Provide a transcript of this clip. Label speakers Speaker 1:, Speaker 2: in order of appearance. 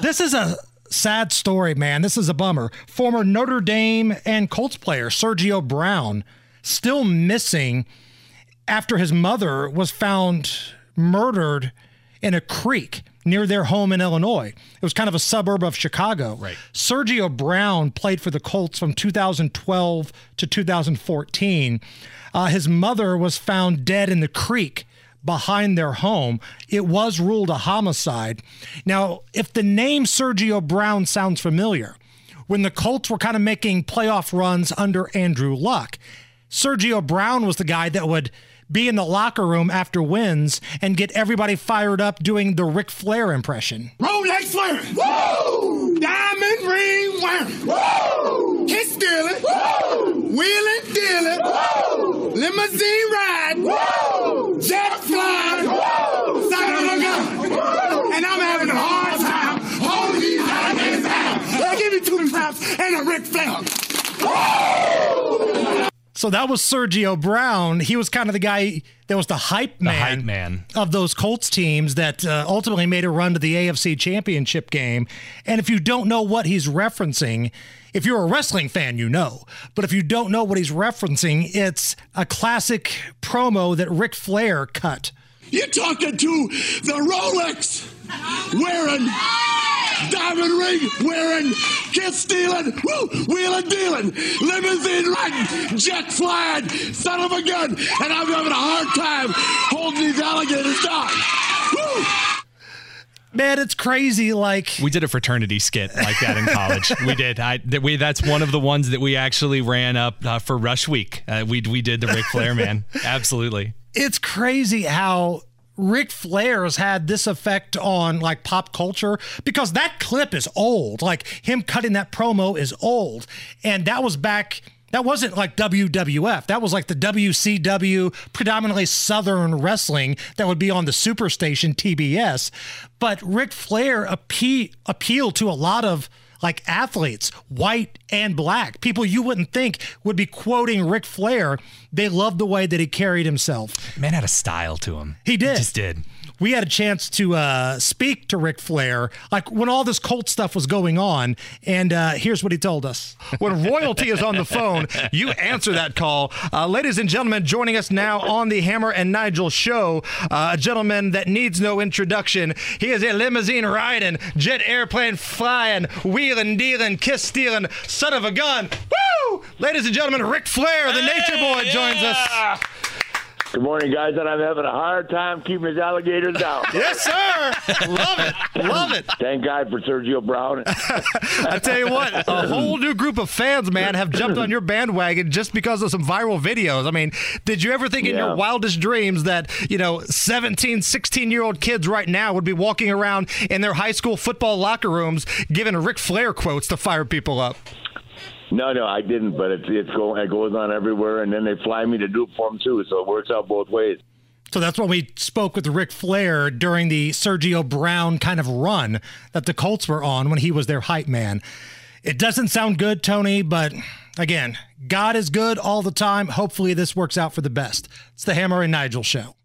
Speaker 1: This is a sad story, man. This is a bummer. Former Notre Dame and Colts player Sergio Brown still missing after his mother was found murdered in a creek near their home in Illinois. It was kind of a suburb of Chicago.
Speaker 2: Right.
Speaker 1: Sergio Brown played for the Colts from 2012 to 2014. Uh, his mother was found dead in the creek behind their home. It was ruled a homicide. Now, if the name Sergio Brown sounds familiar, when the Colts were kind of making playoff runs under Andrew Luck, Sergio Brown was the guy that would be in the locker room after wins and get everybody fired up doing the Ric Flair impression.
Speaker 3: Rolex wearing. Woo! Diamond ring wearing. Woo! Kiss stealing. Woo! Wheeling dealing. Woo! Limousine ride. Woo! Jet flying. Woo! Son of a gun. And I'm having a hard time holding these diamonds out. Now give me two claps and a Ric Flair.
Speaker 1: So that was Sergio Brown. He was kind of the guy that was the hype man,
Speaker 2: hype man.
Speaker 1: of those Colts teams that uh, ultimately made a run to the AFC Championship game. And if you don't know what he's referencing, if you're a wrestling fan, you know. But if you don't know what he's referencing, it's a classic promo that Ric Flair cut.
Speaker 3: You're talking to the Rolex wearing, diamond ring wearing, kiss stealing, woo, wheeling dealing, limousine riding, jet flying, son of a gun, and I'm having a hard time holding these alligators down. Woo!
Speaker 1: Man, it's crazy. Like,
Speaker 2: We did a fraternity skit like that in college. we did. I that we that's one of the ones that we actually ran up uh, for Rush Week. Uh, we we did the Ric Flair man. Absolutely.
Speaker 1: it's crazy how Ric Flair has had this effect on like pop culture because that clip is old. Like him cutting that promo is old. And that was back, that wasn't like WWF. That was like the WCW, predominantly Southern wrestling that would be on the Superstation TBS. But Ric Flair appe- appealed to a lot of like athletes, white and black, people you wouldn't think would be quoting Ric Flair. They loved the way that he carried himself.
Speaker 2: Man had a style to him.
Speaker 1: He did.
Speaker 2: just did.
Speaker 1: we had a chance to uh, speak to Ric Flair, like when all this Colt stuff was going on. And uh, here's what he told us.
Speaker 4: When royalty is on the phone, you answer that call. Uh, ladies and gentlemen, joining us now on the Hammer and Nigel show, uh, a gentleman that needs no introduction. He is a limousine riding, jet airplane flying, wheeling, dealing, kiss stealing, son of a gun. Woo! Ladies and gentlemen, Ric Flair, the Nature Boy, joins us.
Speaker 5: Good morning, guys, and I'm having a hard time keeping his alligators down.
Speaker 4: Yes, sir. Love it. Love it.
Speaker 5: Thank God for Sergio Brown.
Speaker 4: I tell you what, a whole new group of fans, man, have jumped on your bandwagon just because of some viral videos. I mean, did you ever think in
Speaker 5: Yeah.
Speaker 4: your wildest dreams that, you know, 17, 16 year old kids right now would be walking around in their high school football locker rooms giving Ric Flair quotes to fire people up?
Speaker 5: no, no, I didn't, but it's it's going it goes on everywhere, and then they fly me to do it for them too, so it works out both ways.
Speaker 1: So that's when we spoke with Ric Flair during the Sergio Brown kind of run that the Colts were on when he was their hype man. It doesn't sound good, Tony, but again, God is good all the time. Hopefully, this works out for the best. It's the Hammer and Nigel show.